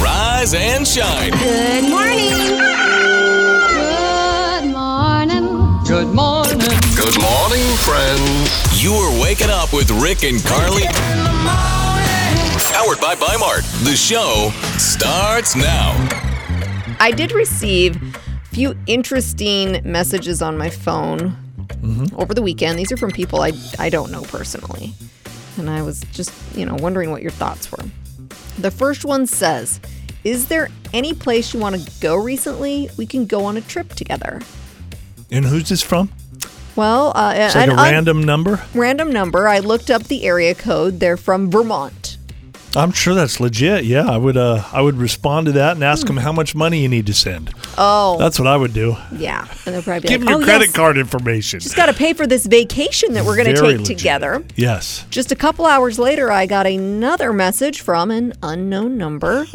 rise and shine. Good morning. Good morning. Good morning. Good morning, friends. You are waking up with Rick and Carly. Powered by Bimart. The show starts now. I did receive a few interesting messages on my phone Mm-hmm. over the weekend. These are from people I, I don't know personally. And I was just, you know, wondering what your thoughts were. The first one says, Is there any place you want to go recently? We can go on a trip together. And who's this from? Well, uh, It's like an a un- random number. random number. I looked up the area code. They're from Vermont. I'm sure that's legit. Yeah, I would. Uh, I would respond to that and ask them how much money you need to send. Hmm. Oh, That's what I would do. yeah. And they'll probably be Give like, them your oh, credit yes, card information. Just got to pay for this vacation that we're going to Very take legit. together. Yes. Just a couple hours later, I got another message from an unknown number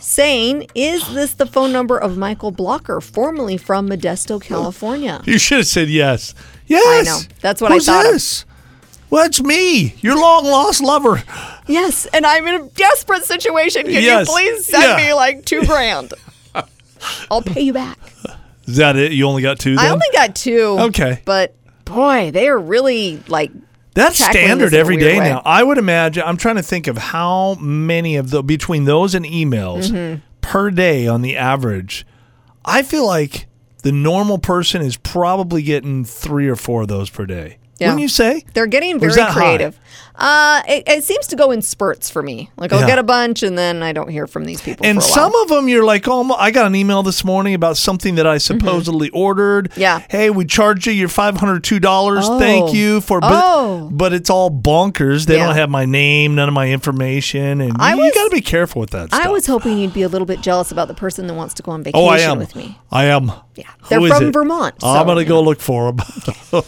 saying, Is this the phone number of Michael Blocker, formerly from Modesto, California? You should have said yes. Yes. know. That's what I Who's thought of. This? Well, it's me, your long lost lover. Yes, and I'm in a desperate situation. Can Yes. you please send Yeah. me like two grand? I'll pay you back. Is that it? You only got two. Then? I only got two. Okay. But boy, they are really like, That's tackling this standard in a every weird day way. now. I would imagine. I'm trying to think of how many of the between those and emails Mm-hmm. per day on the average. I feel like the normal person is probably getting three or four of those per day. Yeah. Wouldn't you say? they're getting Or is very that high? creative. Uh, it, it seems to go in spurts for me. Like, I'll Yeah. get a bunch and then I don't hear from these people. And for a while. some of them, you're like, oh, my- I got an email this morning about something that I supposedly ordered. Mm-hmm. Yeah. Hey, we charged you your five hundred two dollars. Thank Oh. you for. Oh. But, but it's all bonkers. They Yeah. don't have my name, none of my information, and I you, was- got to be careful with that. I stuff. was hoping you'd be a little bit jealous about the person that wants to go on vacation Oh, I am. with me. I am. Yeah. They're Who is from it? Vermont, so, I'm gonna you go know. look for them.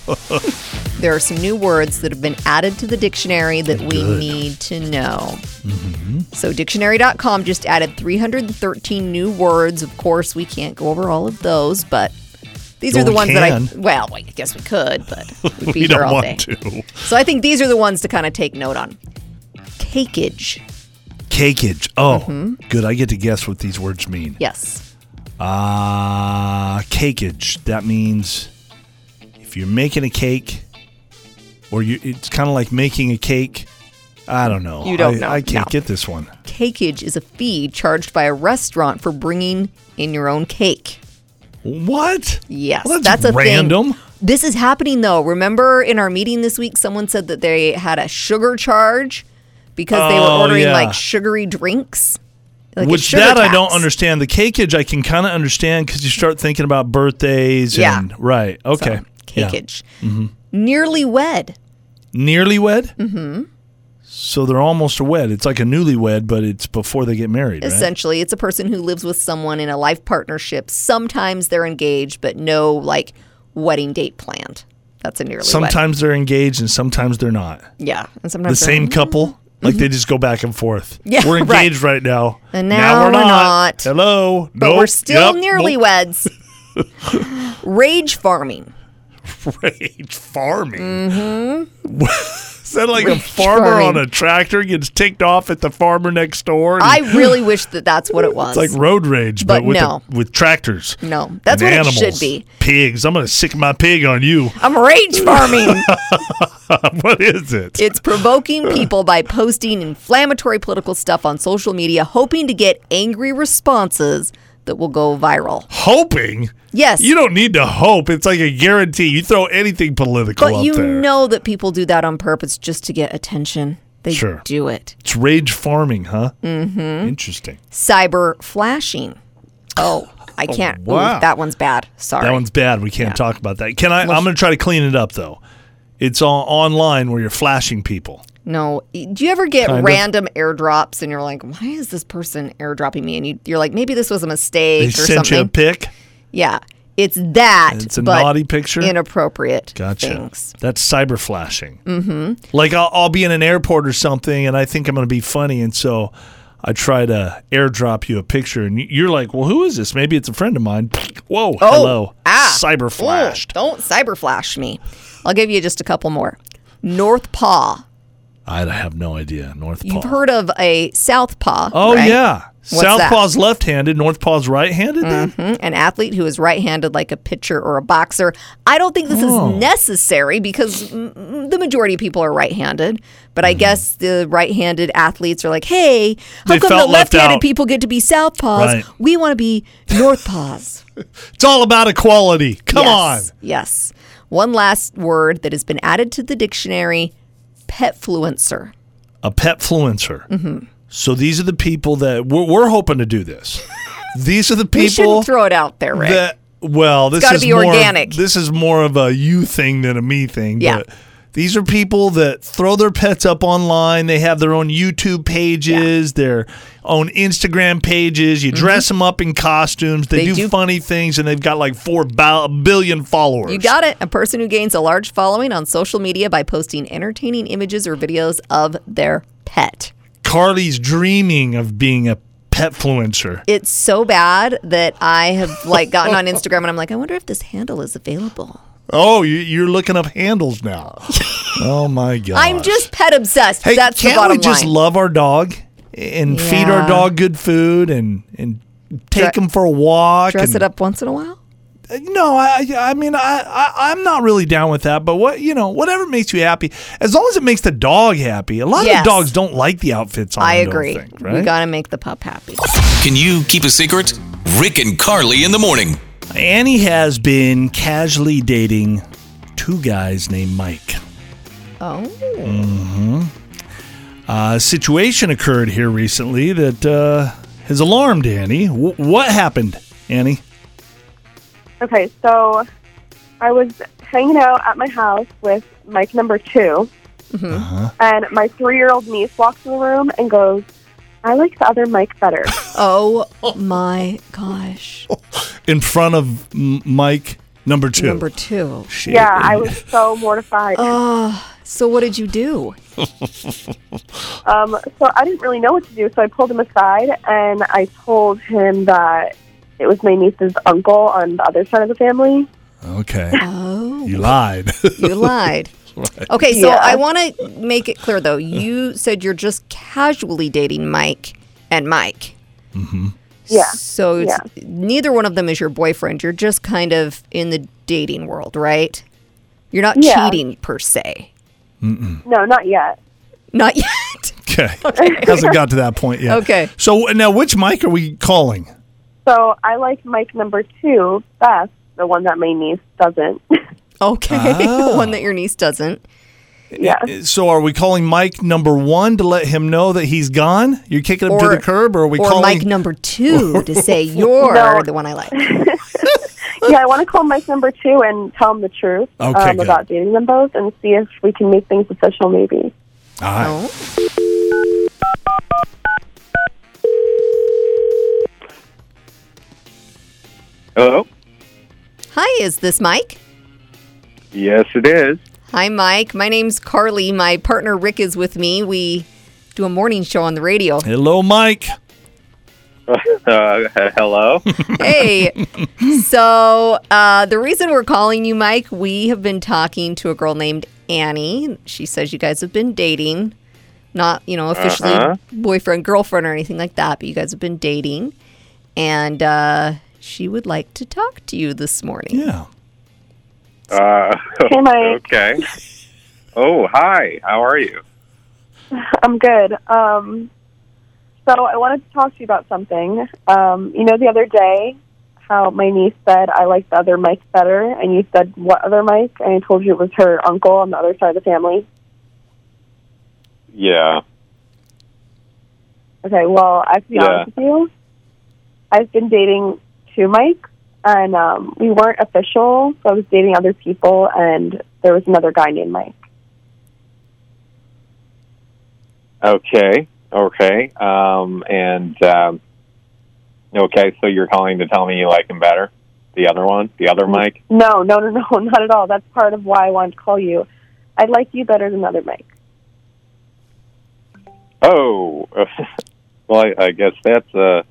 There are some new words that have been added to the dictionary that we need to know. Mm-hmm. So, dictionary.com just added 313 new words. Of course, we can't go over all of those, but these Well, are the we ones can. that I. Well, I guess we could, but we'd be we here don't all want day. to. So, I think these are the ones to kind of take note on. Cakeage. Cakeage. Oh, Mm-hmm. good. I get to guess what these words mean. Yes. Ah, cakeage. That means if you're making a cake, or you, it's kind of like making a cake. I don't know. You don't I, know. I can't No. get this one. Cakeage is a fee charged by a restaurant for bringing in your own cake. What? Yes, Well, that's, that's, a random. Thing. This is happening though. Remember in our meeting this week, someone said that they had a sugar charge because they Oh, were ordering yeah. like sugary drinks. Like a Which sugar that I tax. don't understand. The cakeage I can kind of understand because you start thinking about birthdays. Yeah. And, right. Okay. Yeah. Mm-hmm. Cakeage. Nearly wed. nearly wed. Mm-hmm. So they're almost a wed. It's like a newlywed, but it's before they get married. Right? Essentially, it's a person who lives with someone in a life partnership. Sometimes they're engaged, but no like wedding date planned. That's a nearly wed. Sometimes they're engaged, and sometimes they're not. Yeah, and The sometimes they're- same couple, like they just go back and forth. Mm-hmm. Yeah, we're right. engaged right, now. And now we're not. Hello, but we're still nearly weds. Rage farming. Rage farming. Is that like a farmer Mm-hmm. farming. on a tractor gets ticked off at the farmer next door? and I really wish that that's what it was. It's like road rage, but, But with, no. the- with tractors. No, that's and what it animals. should be. Pigs. I'm going to sick my pig on you. I'm rage farming. what is it? it's provoking people by posting inflammatory political stuff on social media, hoping to get angry responses that will go viral. Hoping. Yes. You don't need to hope. It's like a guarantee. You throw anything political but up you there. know that people do that on purpose just to get attention. They Sure. do it. it's rage farming, huh? Mm-hmm. Interesting. Cyber flashing. Oh, I can't. ooh, wow. that one's bad. Sorry. That one's bad. We can't talk about that. Can I? I'm going to try to clean it up though. It's all online where you're flashing people. No. E, Do you ever get Kind of. random airdrops and you're like, why is this person airdropping me? And you, you're like, maybe this was a mistake They or sent something. you a pic. Yeah. It's that. It's a but naughty picture? Inappropriate. Gotcha. Things. That's cyber flashing. Mm-hmm. Like I'll, I'll be in an airport or something, and I think I'm going to be funny, and so I try to airdrop you a picture, and y- you're like, "Well, who is this? Maybe it's a friend of mine." Whoa, Oh, hello, ah. cyber flashed. Ooh, don't cyber flash me. I'll give you just a couple more. North Paw. I have no idea. North You've Pole. heard of a South Paw. oh right? yeah, that? Southpaw's left-handed, Northpaw's right-handed. Then Hmm? An athlete who is right handed, like a pitcher or a boxer. I don't think this Oh. is necessary because mm, mm, the majority of people are right handed. But I guess the right handed athletes are like, hey, how Mm-hmm. They come the felt left left handed out. people get to be southpaws? Right. We want to be northpaws. it's all about equality. Come yes. Yes. One last word that has been added to the dictionary petfluencer. on, a petfluencer. Mm-hmm. So these are the people that we're, we're hoping to do this. These are the We people shouldn't throw it out there, Rick. that well, this gotta is be more of- organic. this is more of a you thing than a me thing. Yeah. But these are people that throw their pets up online. They have their own YouTube pages, their own Instagram pages. You dress them up in costumes. They, Mm-hmm. They do, do- funny things, and they've got like four ba- billion followers. You got it. A person who gains a large following on social media by posting entertaining images or videos of their pet. Carly's dreaming of being a petfluencer. It's so bad that I have like gotten on Instagram and I'm like, I wonder if this handle is available. Oh, you, you're looking up handles now. oh my god! I'm just pet obsessed. Hey, That's the can't bottom we just line. love our dog and feed Yeah. our dog good food and and take Dre- him for a walk? Dress and- Uh, it up once in a while. No, I I mean I, I I'm not really down with that. But what you know, whatever makes you happy, as long as it makes the dog happy. A lot Yes. of dogs don't like the outfits on. I don't agree. think, We right? gotta make the pup happy. Can you keep a secret? Rick and Carly in the morning. Annie has been casually dating two guys named Mike. Oh, A situation occurred here recently that uh, has alarmed Annie. W- what happened, Annie? Okay, so I was hanging out at my house with Mike number 2 and my three year old niece walks in the room and goes, I like the other Mike better. oh my gosh. in front of M- Mike number two. Number two. Shit. yeah, I was so mortified. So what did you do? Um, so I didn't really know what to do, so I pulled him aside and I told him that it was my niece's uncle on the other side of the family. Okay. Oh, You lied. you lied. Okay, so Yeah. I want to make it clear though. You said you're just casually dating Mike and Mike. Yeah. So it's, neither one of them is your boyfriend. You're just kind of in the dating world, right? You're not Yeah. cheating per se. No, not yet. Not yet. okay. Hasn't got to that point yet. Okay. So now, which Mike are we calling? So I like Mike number two best, the one that my niece doesn't. Okay. Oh. the one that your niece doesn't. yeah. So are we calling Mike number one to let him know that he's gone? You're kicking him to the curb, or are we or calling? Mike number two to say you're No. the one I like. yeah, I want to call Mike number two and tell him the truth Okay, um, good. about dating them both and see if we can make things official, maybe. All right. Hello? Hi, is this Mike? Yes, it is. Hi, Mike. My name's Carly. My partner Rick is with me. We do a morning show on the radio. Hello, Mike. Uh, hello? Hey. so, uh, the reason we're calling you, Mike, we have been talking to a girl named Annie. She says you guys have been dating, not, you know, officially Uh-huh. boyfriend, girlfriend, or anything like that, but you guys have been dating. And uh, she would like to talk to you this morning. Yeah. Uh, Hey, Mike. okay. Oh, hi. How are you? I'm good. Um, so I wanted to talk to you about something. Um, you know, the other day, how my niece said, I like the other Mike better, and you said, What other Mike? And I told you it was her uncle on the other side of the family. Yeah. Okay, well, I have to be Yeah. honest with you. I've been dating two Mikes, and um, we weren't official, so I was dating other people, and there was another guy named Mike. Okay. Okay. Um, and, um, okay, so you're calling to tell me you like him better? The other one? The other Mm-hmm. Mike? No, no, no, no, not at all. That's part of why I wanted to call you. I like you better than other Mike. Oh. well, I, I guess that's a,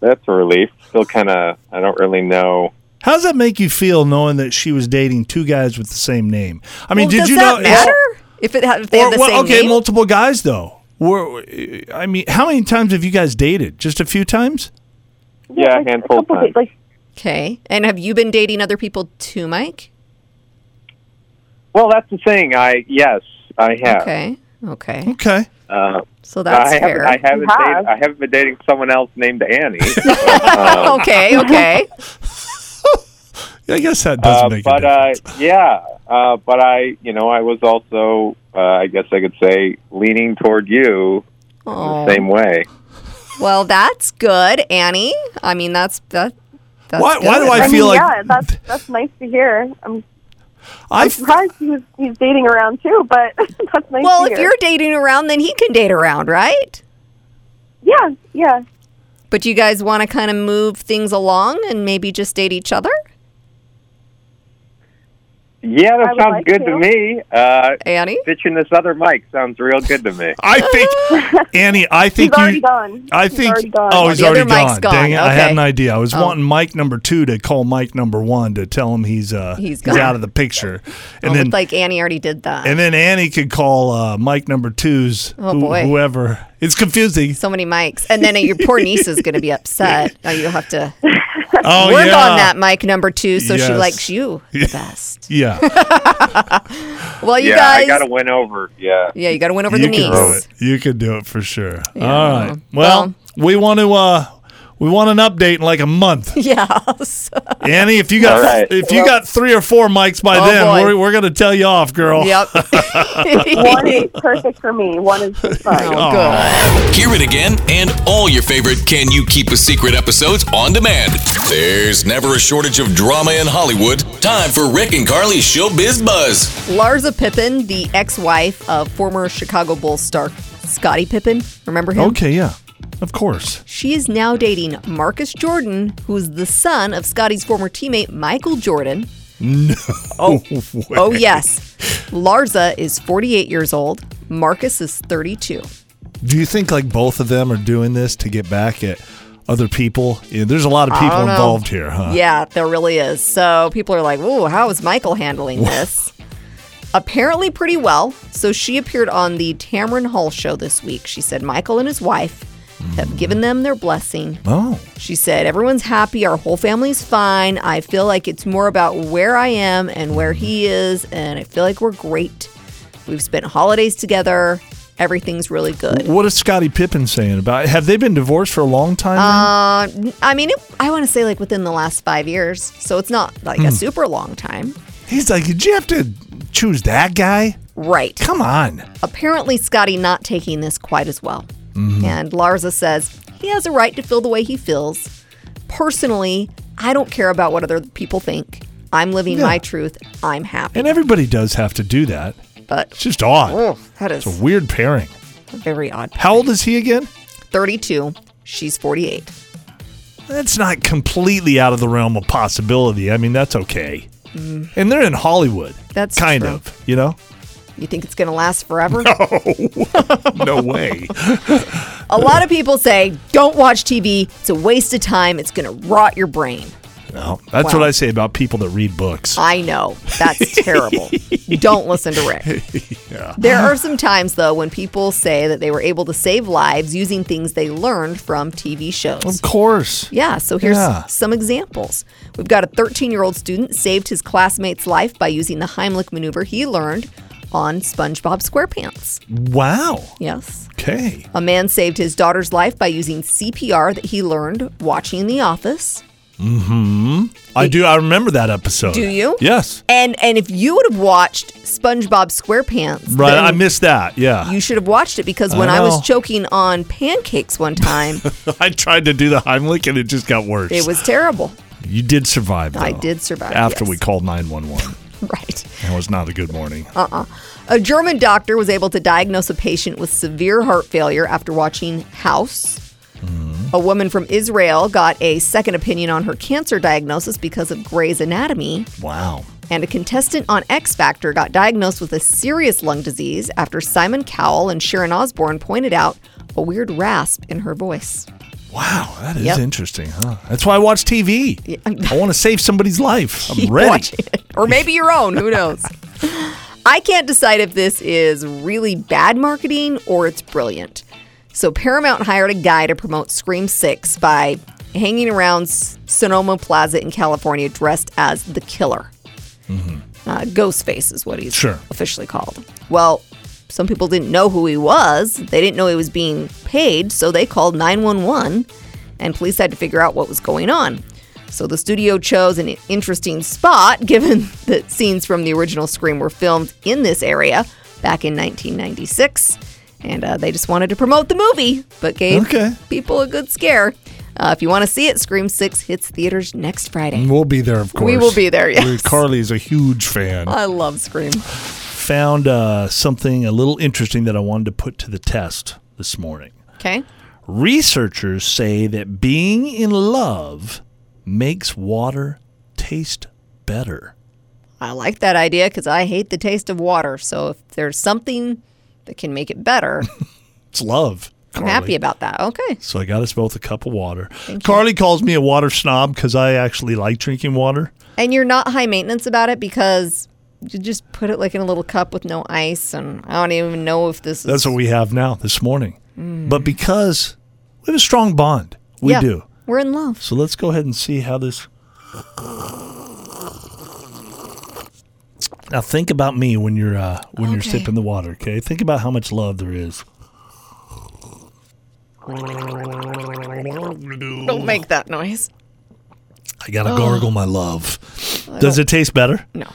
that's a relief. Still kind of, I don't really know. How does that make you feel knowing that she was dating two guys with the same name? I mean, Well, did does you that know? matter? If, it ha- if they Or- have the well, same okay, name? multiple guys though. Were I mean, how many times have you guys dated? Just a few times? Yeah, like, handful a couple of times. days, Like Okay. And have you been dating other people too, Mike? Well, that's the thing. I yes, I have. Okay. Okay. Okay. Uh, So that's I haven't, fair. I haven't, You have. dated, I haven't been dating someone else named Annie, okay. Okay. Yeah, I guess that doesn't uh, make a but uh, difference. yeah, uh, but I, you know, I was also, uh, I guess I could say, leaning toward you Oh. the same way. Well, that's good, Annie. I mean, that's that. That's Why- why do good. I I, feel mean, like- yeah, that's that's nice to hear. I'm uh, I f- surprised he's he's dating around too, but that's nice. Well, to if hear. you're dating around, then he can date around, right? yeah, yeah, But you guys want to kind of move things along and maybe just date each other? Yeah, I that would sounds like good to. to me. Uh, Annie? bitching this other mic sounds real good to me. I think Annie, I he's think you already gone. I he's think already gone. oh, he's The other already mic's gone. gone. Dang it! I Okay. had an idea. I was Oh. wanting Mike number two to call Mike number one to tell him he's uh He's he's, gone. out of the picture, and Oh, then but like Annie already did that. and then Annie could call uh, Mike number two's Oh, boy. whoever. It's confusing. so many mics, and then your poor niece is going to be upset. Now you'll have to Oh work yeah, on that mic number two, so she Yes. likes you the best. yeah. Well, you yeah, guys, I got to win over. Yeah. yeah, you got to win over you the niece. can do it. You can do it for sure. All right. Well- Well, we want to uh we want an update in like a month. Yeah. So- Annie, if you got All right. if you got three or four mics by Oh, then, boy. we're, we're gonna tell you off, girl. yep. One is perfect for me. One is just fine. Oh, good. Hear it again and all your favorite Can You Keep a Secret episodes on demand. There's never a shortage of drama in Hollywood. Time for Rick and Carly's Showbiz Buzz. Larsa Pippen, the ex-wife of former Chicago Bulls star Scottie Pippen, remember him? Okay, yeah. Of course. She is now dating Marcus Jordan, who is the son of Scottie's former teammate Michael Jordan. Oh, Oh yes, Larza is 48 years old. Marcus is 32. Do you think like both of them are doing this to get back at other people? Yeah, there's a lot of people don't know. involved here, huh? Yeah, there really is. So people are like, "Ooh, how is Michael handling this?" Apparently, pretty well. So she appeared on the Tamron Hall show this week. She said Michael and his wife have given them their blessing. Oh. She said, Everyone's happy. Our whole family's fine. I feel like it's more about where I am and where he is. And I feel like we're great. We've spent holidays together. Everything's really good. What is Scottie Pippen saying about it? Have they been divorced for a long time? now? Uh, I mean, it, I want to say like within the last five years. So it's not like a super long time. He's like, did you have to choose that guy? Right. Come on. Apparently, Scotty not taking this quite as well. Mm-hmm. And Larza says, He has a right to feel the way he feels. Personally, I don't care about what other people think. I'm living Yeah. my truth. I'm happy. And everybody does have to do that. but It's just odd. Oh, that is It's a weird pairing. very odd. How old is he again? 32, she's 48. That's not completely out of the realm of possibility. I mean, that's okay. And they're in Hollywood. Mm. That's kind true. of, you know? You think it's going to last forever? No way. A lot of people say, don't watch TV. It's a waste of time. It's going to rot your brain. no, that's Wow. what I say about people that read books. I know. That's terrible. Don't listen to Rick. There are some times, though, when people say that they were able to save lives using things they learned from TV shows. Of course. Yeah, so here's Oh, Yeah. some examples. We've got a 13 year old student saved his classmate's life by using the Heimlich maneuver he learned on SpongeBob SquarePants. Wow. Yes. Okay. A man saved his daughter's life by using CPR that he learned watching The Office. I do. I remember that episode. Do you? Yes. And and if you would have watched SpongeBob SquarePants, Right. then I missed that. Yeah. you should have watched it because when I, was know. choking on pancakes one time, I tried to do the Heimlich and it just got worse. it was terrible. you did survive, though. I did survive, After yes. we called 911. Right. That was not a good morning. Uh. A German doctor was able to diagnose a patient with severe heart failure after watching House. Mm-hmm. A woman from Israel got a second opinion on her cancer diagnosis because of Grey's Anatomy. wow. And a contestant on X Factor got diagnosed with a serious lung disease after Simon Cowell and Sharon Osbourne pointed out a weird rasp in her voice. Wow, that is Yep. interesting, huh? That's why I watch TV. I want to save somebody's life. I'm Keep ready. watching it. Or maybe your own. Who knows? I can't decide if this is really bad marketing or it's brilliant. So Paramount hired a guy to promote Scream 6 by hanging around S- Sonoma Plaza in California dressed as the killer. Uh, Ghostface is what he's Sure. officially called. Well, some people didn't know who he was. They didn't know he was being paid, so they called 911 and police had to figure out what was going on. So the studio chose an interesting spot given that scenes from the original Scream were filmed in this area back in 1996. And uh, they just wanted to promote the movie, but gave Okay. people a good scare. Uh, if you want to see it, Scream 6 hits theaters next Friday. We'll be there, Mm, of course. We will be there, yes. Carly's a huge fan. I love Scream. Found uh, something a little interesting that I wanted to put to the test this morning. Okay. Researchers say that being in love makes water taste better. I like that idea because I hate the taste of water. So if there's something that can make it better, It's love. I'm Carly. happy about that. Okay. So I got us both a cup of water. Carly calls me a water snob because I actually like drinking water. And you're not high maintenance about it because you just put it like in a little cup with no ice, and I don't even know if this is. That's what we have now this morning. But because we have a strong bond, we Yeah, do. We're in love. So let's go ahead and see how this. Now think about me when you're uh, when you're Okay. sipping the water. Okay, think about how much love there is. Don't make that noise. I gotta gargle my love. Does it taste better? Oh. No,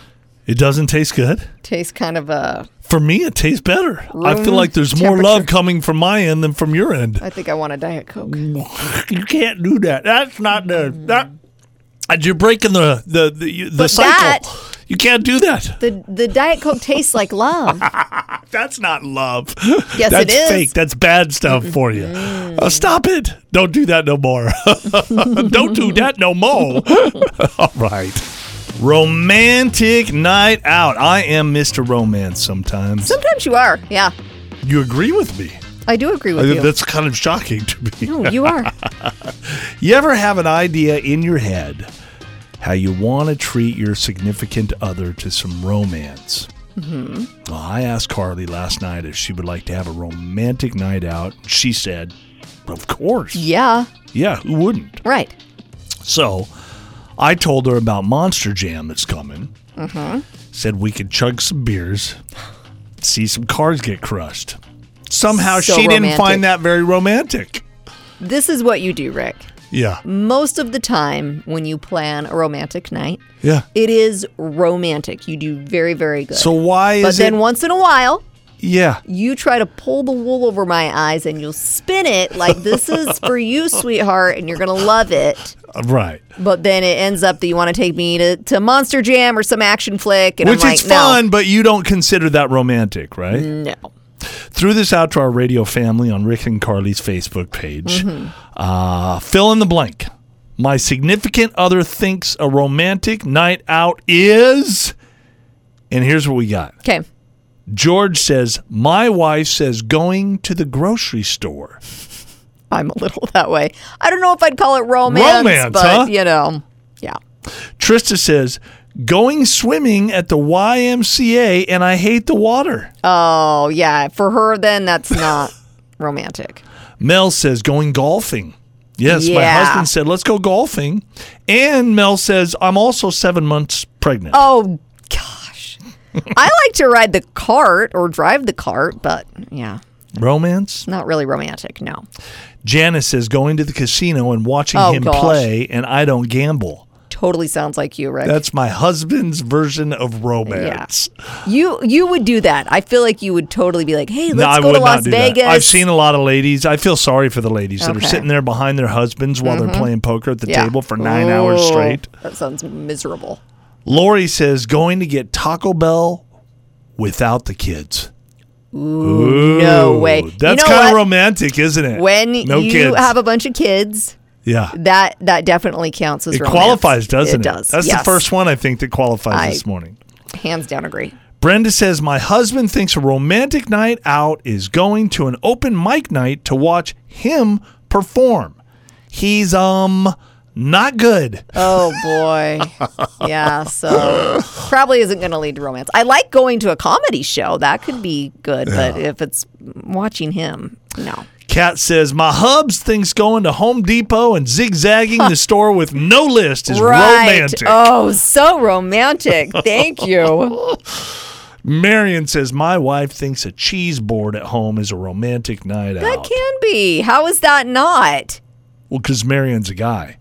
It doesn't taste good. tastes kind of uh. For me, it tastes better. I feel Room like there's more love Mm, temperature. coming from my end than from your end. I think I want a diet coke. Mm. You can't do that. That's not the that. and You're breaking the the the, the But cycle. that- you can't do that. The the diet coke tastes like love. That's not love. Yes, That's it is. Mm-hmm. fake. That's bad stuff for you. Uh, stop it. Don't do that no more. Don't do that no more. All right. Romantic night out. I am Mr. Romance sometimes. Sometimes you are. Yeah, you agree with me. I do agree with Uh, you. That's kind of shocking to me. No, you are. You ever have an idea in your head how you want to treat your significant other to some romance? Mm-hmm. Well, I asked Carly last night if she would like to have a romantic night out. She said, Of course. Yeah, Yeah, who wouldn't? right. So I told her about Monster Jam that's coming. Mm-hmm. Said we could chug some beers, see some cars get crushed. Somehow So she didn't romantic. find that very romantic. This is what you do, Rick. Yeah. Most of the time when you plan a romantic night, Yeah. it is romantic. You do very, very good. So why but is then it? once in a while, yeah. you try to pull the wool over my eyes and you'll spin it like this is for you, sweetheart, and you're gonna love it. Right. But then it ends up that you want to take me to, to Monster Jam or some action flick, and Which I'm like, is fun, but you don't consider that romantic, right? no, no. Threw this out to our radio family on Rick and Carly's Facebook page. Mm-hmm. Uh, fill in the blank. My significant other thinks a romantic night out is. And here's what we got Okay, George says, My wife says going to the grocery store. I'm a little that way. I don't know if I'd call it romance, Romance, but huh? you know, yeah. Trista says, Going swimming at the YMCA and I hate the water. Oh yeah, for her then that's not romantic. Mel says going golfing. Yes, my Yeah. husband said, let's go golfing. And Mel says, I'm also seven months pregnant. Oh gosh, I like to ride the cart or drive the cart, but yeah, Romance. not really romantic. No. Janice says, going to the casino and watching Oh, him gosh. play, and I don't gamble. totally sounds like you, Rick. That's my husband's version of romance. you you would do that. I feel like you would totally be like, "Hey, let's I go would to Las not do Vegas." that. I've seen a lot of ladies. I feel sorry for the ladies that are Okay. Mm-hmm. sitting there behind their husbands while they're playing poker at the Yeah. table for nine hours Ooh, straight. That sounds miserable. Lori says going to get Taco Bell without the kids. Ooh, no way. You That's know kind of what? romantic, isn't it? When no you kids. have a bunch of kids, yeah, that that definitely counts as it romance. qualifies, doesn't it? It does. That's the yes. first one I think that qualifies I- this morning. Hands down, agree. Brenda says my husband thinks a romantic night out is going to an open mic night to watch him perform. He's um Not good. Oh boy. yeah, so probably isn't going to lead to romance. I like going to a comedy show. That could be good, but if it's watching him, no. Kat says, My hubs thinks going to Home Depot and zigzagging the store with no list is romantic. Oh, so romantic. Thank you. Marion says, My wife thinks a cheese board at home is a romantic night that out. can be. How is that not? Well, because Marion's a guy,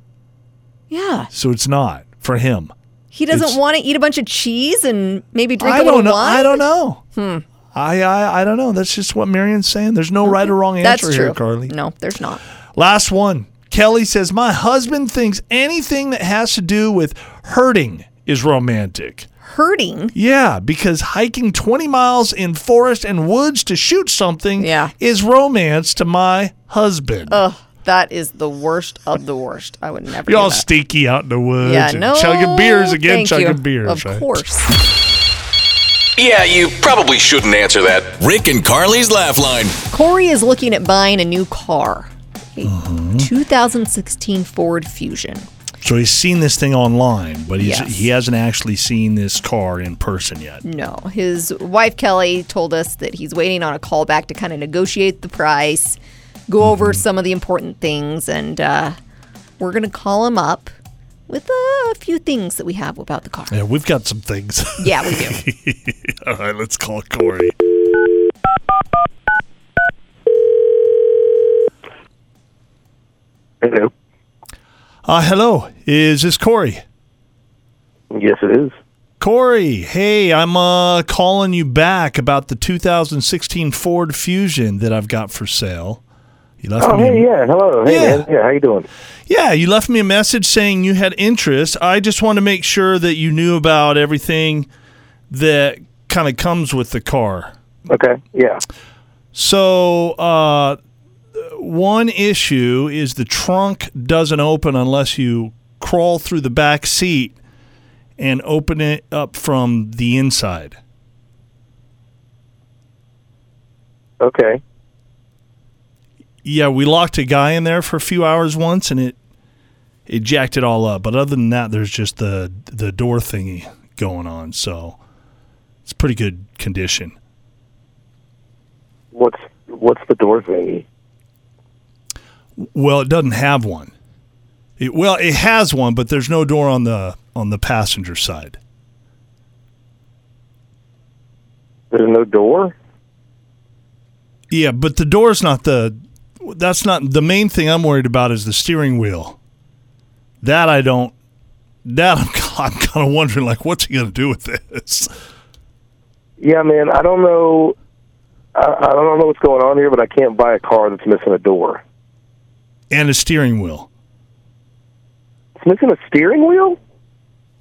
Yeah. so it's not for him. He doesn't It's- want to eat a bunch of cheese and maybe drink I a little don't know. wine. I don't know. Hmm. I, I I don't know. That's just what Marion's saying. There's no right or wrong That's answer true. here, Carly. No, there's not. Last one. Kelly says, My husband thinks anything that has to do with hurting is romantic. Hurting. Yeah, because hiking 20 miles in forest and woods to shoot something Yeah. Oh, is romance to my husband. Ugh, that is the worst of the worst. I would never. do Y'all that. stinky out in the woods Yeah, and no. chugging beers again, thank chugging you. beers. Of right? course. Yeah, you probably shouldn't answer that. Rick and Carly's Laugh Line. Corey is looking at buying a new car. A Mm-hmm. 2016 Ford Fusion. So he's seen this thing online, but he's, Yes. Mm. he hasn't actually seen this car in person yet. No, his wife Kelly told us that he's waiting on a call back to kind of negotiate the price, go over Mm-hmm. some of the important things, and uh, we're gonna call him up with a few things that we have about the car. Yeah, we've got some things. Yeah, we do. All right, let's call Corey. Hello. Uh, hello, is this Corey? Yes, it is. Corey, hey, I'm uh, calling you back about the 2016 Ford Fusion that I've got for sale. You left Oh, me. hey, yeah. Hello. Hey, Yeah. man. Yeah, how you doing? Yeah, you left me a message saying you had interest. I just want to make sure that you knew about everything that kind of comes with the car. Okay. Yeah. So, uh, one issue is the trunk doesn't open unless you crawl through the back seat and open it up from the inside. Okay. Yeah, we locked a guy in there for a few hours once, and it it jacked it all up. But other than that, there's just the the door thingy going on. So it's pretty good condition. What's what's the door thingy? Well, it doesn't have one. It, well, it has one, but there's no door on the on the passenger side. There's no door. Yeah, but the door's not the. That's not the main thing I'm worried about is the steering wheel. That I don't. That I'm, I'm kind of wondering, like, what's he going to do with this? Yeah, man. I don't know. I, I don't know what's going on here, but I can't buy a car that's missing a door. And a steering wheel. It's missing a steering wheel.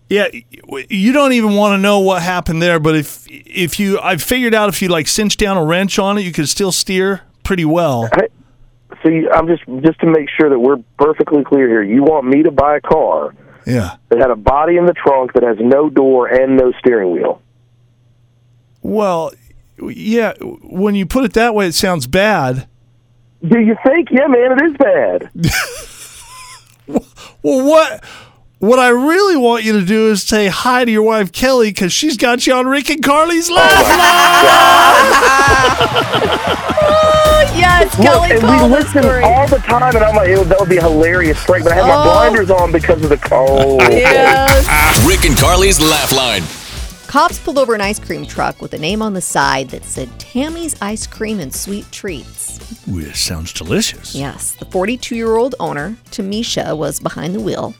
Yeah, y- you don't even want to know what happened there. But if if you, I figured out if you like cinch down a wrench on it, you could still steer pretty well. See, I'm just just to make sure that we're perfectly clear here. You want me to buy a car Yeah. that had a body in the trunk that has no door and no steering wheel? Well, yeah. When you put it that way, it sounds bad. Do you think? Yeah, man. It is bad. Well, what what I really want you to do is say hi to your wife Kelly because she's got you on Rick and Oh, Carly's laugh line. yes, Kelly and we called us, listen Corey. all the time, and I'm like, "Ew, that would be a hilarious prank, but I had Oh. my blinders on because of the cold. Yes. Rick and Carly's Laugh Line. Cops pulled over an ice cream truck with a name on the side that said Tammy's Ice Cream and Sweet Treats. Ooh, it sounds delicious. Yes, the 42 year old owner, Tamisha, was behind the wheel.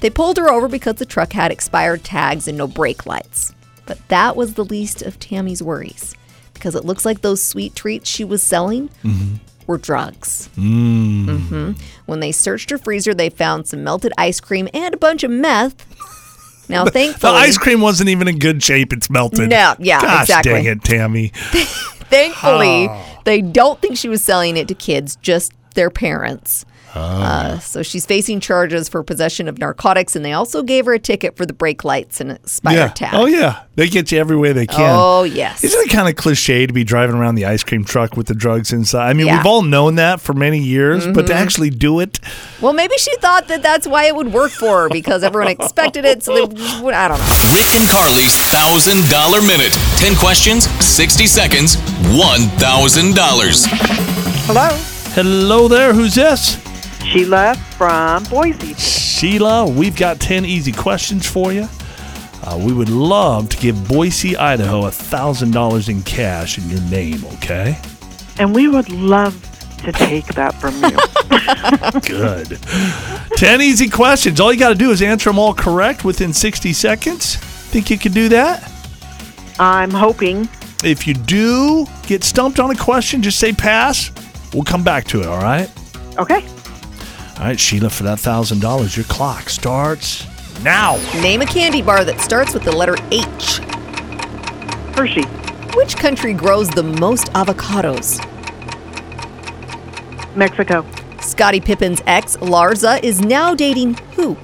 They pulled her over because the truck had expired tags and no brake lights. But that was the least of Tammy's worries because it looks like those sweet treats she was selling Mm-hmm. were drugs. Mm. Mm-hmm. When they searched her freezer, they found some melted ice cream and a bunch of meth. Now, The thankfully, ice cream wasn't even in good shape. It's melted. No, yeah, Gosh exactly. dang it, Tammy. Thankfully, they don't think she was selling it to kids, just their parents. Oh, Uh, so she's facing charges for possession of narcotics, and they also gave her a ticket for the brake lights and a spider yeah. tag. Oh yeah, they get you every way they can. Oh, yes. Isn't it kind of cliche to be driving around the ice cream truck with the drugs inside? I mean, Yeah. we've all known that for many years, but to actually do it, Well, maybe she thought that that's why it would work for her because everyone expected it. So they just would, I don't know. Rick and Carly's $1,000 minute. 10 questions, 60 seconds, $1,000. Hello. hello there, who's this? Sheila from Boise. Sheila, we've got 10 easy questions for you. Uh, we would love to give Boise, Idaho $1,000 in cash in your name, okay? And we would love to take that from you. Good. 10 easy questions. All you got to do is answer them all correct within 60 seconds. Think you can do that? I'm hoping. If you do get stumped on a question, just say pass. We'll come back to it, all right? Okay. All right, Sheila, for that $1,000, your clock starts now. Name a candy bar that starts with the letter H. Hershey, Which country grows the most avocados? Mexico, Scottie Pippen's ex, Larza, is now dating who?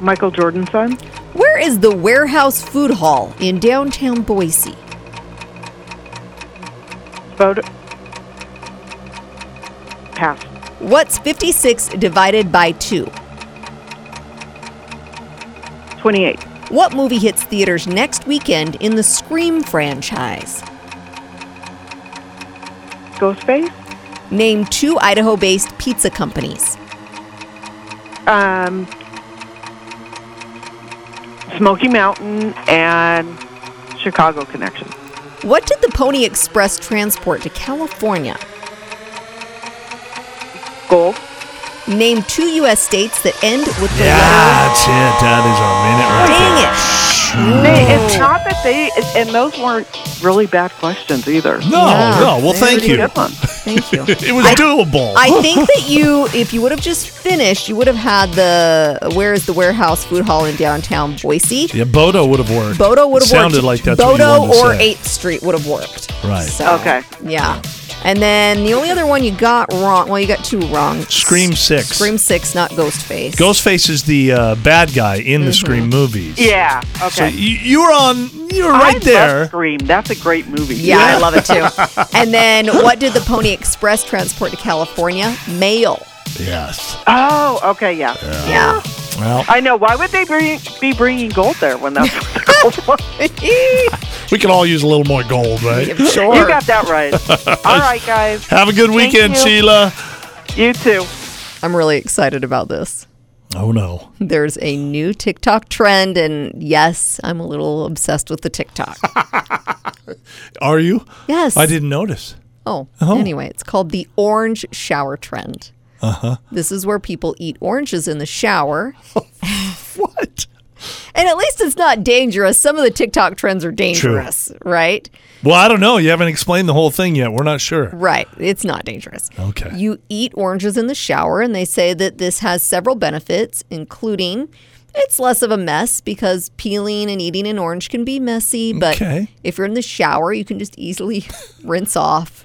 Michael Jordan's son, Where is the Warehouse Food Hall in downtown Boise? Vote. Pass. What's 56 divided by 2? 28. What movie hits theaters next weekend in the Scream franchise? Ghostface, Name two Idaho based pizza companies. um, Smoky Mountain, and Chicago Connection. What did the Pony Express transport to California? Gold, Name two U.S. states that end with the That's it. That is our minute right letter. there. Dang it! They, it's not that they, and those weren't really bad questions either. No, Yeah. no. Well, thank Pretty you. good one. Thank you. It was doable. I think that you, if you would have just finished, you would have had the where is the warehouse food hall in downtown Boise. yeah, Bodo would have worked. Bodo would It have sounded worked. like that's what you Bodo wanted to or say. Eighth Street would have worked. Right. So, Okay. Yeah. And then the only other one you got wrong. Well, you got two wrong. Scream six. Scream six, not Ghostface. Ghostface is the uh, bad guy in Mm-hmm. the Scream movies. Yeah. So Okay. you, you were on. You were I right love there. Scream. That's a great movie. Yeah, I love it too. and then what did the Pony Express transport to California? Mail. Yes. Oh, okay. Yeah. Yeah. Well, I know. Why would they bring, be bringing gold there when that's what the gold was? we could all use a little more gold, right? sure. You got that right. All right, guys. Have a good Thank weekend, you. Sheila. You too. I'm really excited about this. Oh no. There's a new TikTok trend, and yes, I'm a little obsessed with the TikTok. Are you? Yes. I didn't notice. Oh, Uh-huh. anyway, it's called the orange shower trend. Uh-huh. Uh huh. This is where people eat oranges in the shower. What? And at least it's not dangerous. Some of the TikTok trends are dangerous, right? Well, I don't know. You haven't explained the whole thing yet. We're not sure. Right. It's not dangerous. Okay. You eat oranges in the shower, and they say that this has several benefits, including it's less of a mess because peeling and eating an orange can be messy. But Okay. if you're in the shower, you can just easily rinse off.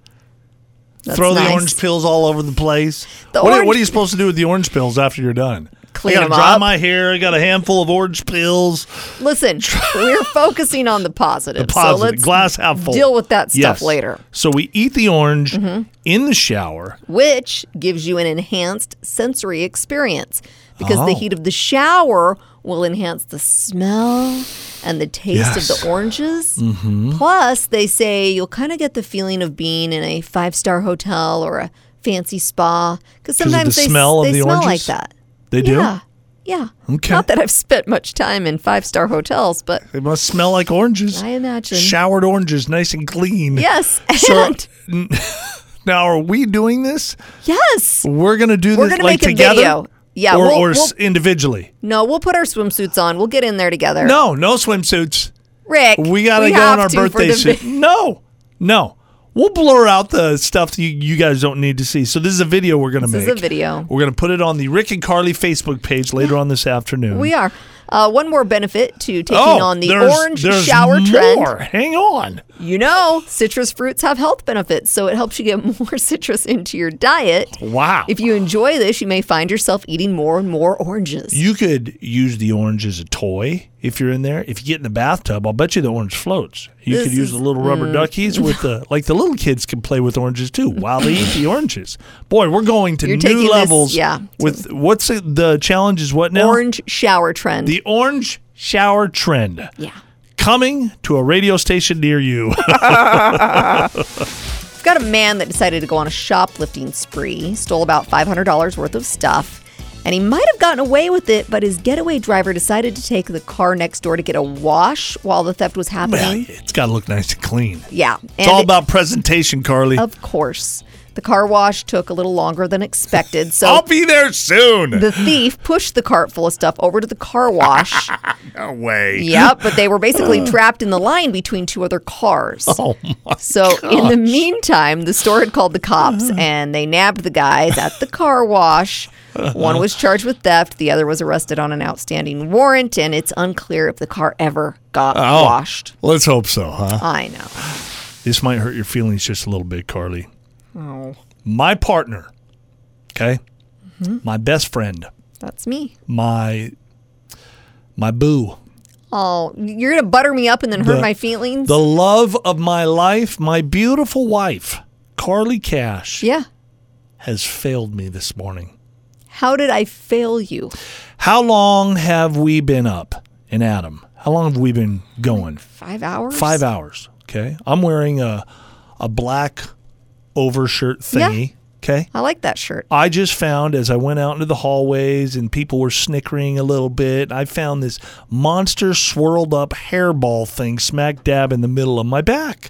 That's Throw the nice. orange pills all over the place. The what, are- orange- what are you supposed to do with the orange pills after you're done? Clean I gotta 'em dry up. my hair. I got a handful of orange pills. Listen, we're focusing on the positive. So Positive. let's glass half full. deal with that stuff Yes. later, Mm-hmm. So we eat the orange in the shower. which gives you an enhanced sensory experience because the Oh. heat of the shower will enhance the smell and the taste of Yes. Mm-hmm. the oranges. Plus, they say you'll kind of get the feeling of being in a five star hotel or a fancy spa because of the sometimes they, s- smell of they the smell oranges? like that. They do. Yeah. Yeah. Okay. Not that I've spent much time in five star hotels, but They must smell like oranges. I imagine. Showered oranges, nice and clean. yes. So- And Now, are we doing this? yes. We're gonna do We're this gonna like make a together. video. Yeah, or, we'll- or s- we'll- individually. No, we'll put our swimsuits on. We'll get in there together. No, no swimsuits. Rick, We gotta go have on our to for birthday the suit. vi- No, no. We'll blur out the stuff that you, you guys don't need to see. So this is a video we're gonna This make. is a video. We're gonna put it on the Rick and Carly Facebook page later on this afternoon. We are. Uh, one more benefit to taking oh, on the there's- orange there's shower trend. more. Hang on. You know, citrus fruits have health benefits, so it helps you get more citrus into your diet. Wow. If you enjoy this, you may find yourself eating more and more oranges. You could use the orange as a toy if you're in there. If you get in the bathtub, I'll bet you the orange floats. You This could use is- mm. the little rubber duckies with the like the little kids can play with oranges too while they eat the oranges. Boy, we're going to You're taking new this- levels. yeah. With what's the, the challenge is what now? Orange shower trend. The orange shower trend yeah. coming to a radio station near you. We've got a man that decided to go on a shoplifting spree, stole about $500 worth of stuff, and he might have gotten away with it, but his getaway driver decided to take the car next door to get a wash while the theft was well, happening. it's got to look nice and clean. Yeah. It's all about presentation, Carly. Of course. The car wash took a little longer than expected, so I'll be there soon. the thief pushed the cart full of stuff over to the car wash. no way. yep, but they were basically trapped in the line between two other cars. Oh my. So in the meantime, the store had called the cops Uh-huh. and they nabbed the guys at the car wash. Uh-huh. One was charged with theft, the other was arrested on an outstanding warrant, and it's unclear if the car ever got Oh. washed. Let's hope so, huh? I know. This might hurt your feelings just a little bit, Carly. Oh. My partner, okay? Mm-hmm. My best friend, That's me. my my boo, Oh, you're gonna butter me up and then hurt The- my feelings? the love of my life, my beautiful wife, Carly Cash yeah. has failed me this morning. How did I fail you? How long have we been up? And Adam, how long have we been going? Five hours? Five hours. Okay. I'm wearing a a black overshirt Yeah. thingy. Okay. I like that shirt. I just found as I went out into the hallways and people were snickering a little bit, I found this monster swirled up hairball thing smack dab in the middle of my back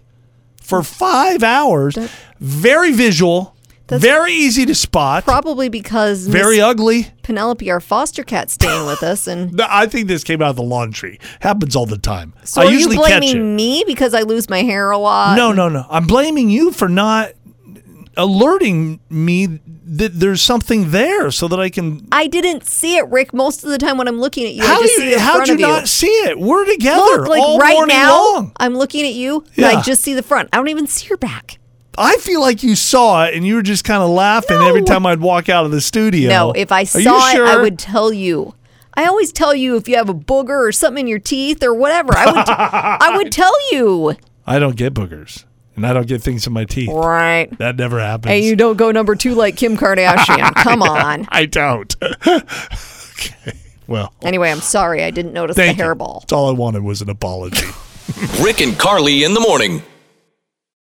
for five hours. very visual, That's very easy to spot, Probably because very Miss ugly. Penelope, our foster cat, staying with us, and No, I think this came out of the laundry. Happens all the time. so I are you usually catch it. blaming me because I lose my hair a lot? No, no, no. I'm blaming you for not alerting me that there's something there so that I can I didn't see it, Rick. Most of the time when I'm looking at you, I How do just see it you? in How'd front you of you. not see it? We're together Look, like all right morning now, long. I'm looking at you, and Yeah. I just see the front. I don't even see your back. I feel like you saw it, and you were just kind of laughing No. every time I'd walk out of the studio. No, if I Are you saw it, I sure? would tell you. I always tell you if you have a booger or something in your teeth or whatever. I would, t- I would tell you. I don't get boogers, and I don't get things in my teeth. Right. That never happens. And you don't go number two like Kim Kardashian. Come on. I don't. okay. Well, Anyway, I'm sorry. I didn't notice thank the you. hairball. That's all I wanted was an apology. Rick and Carly in the morning.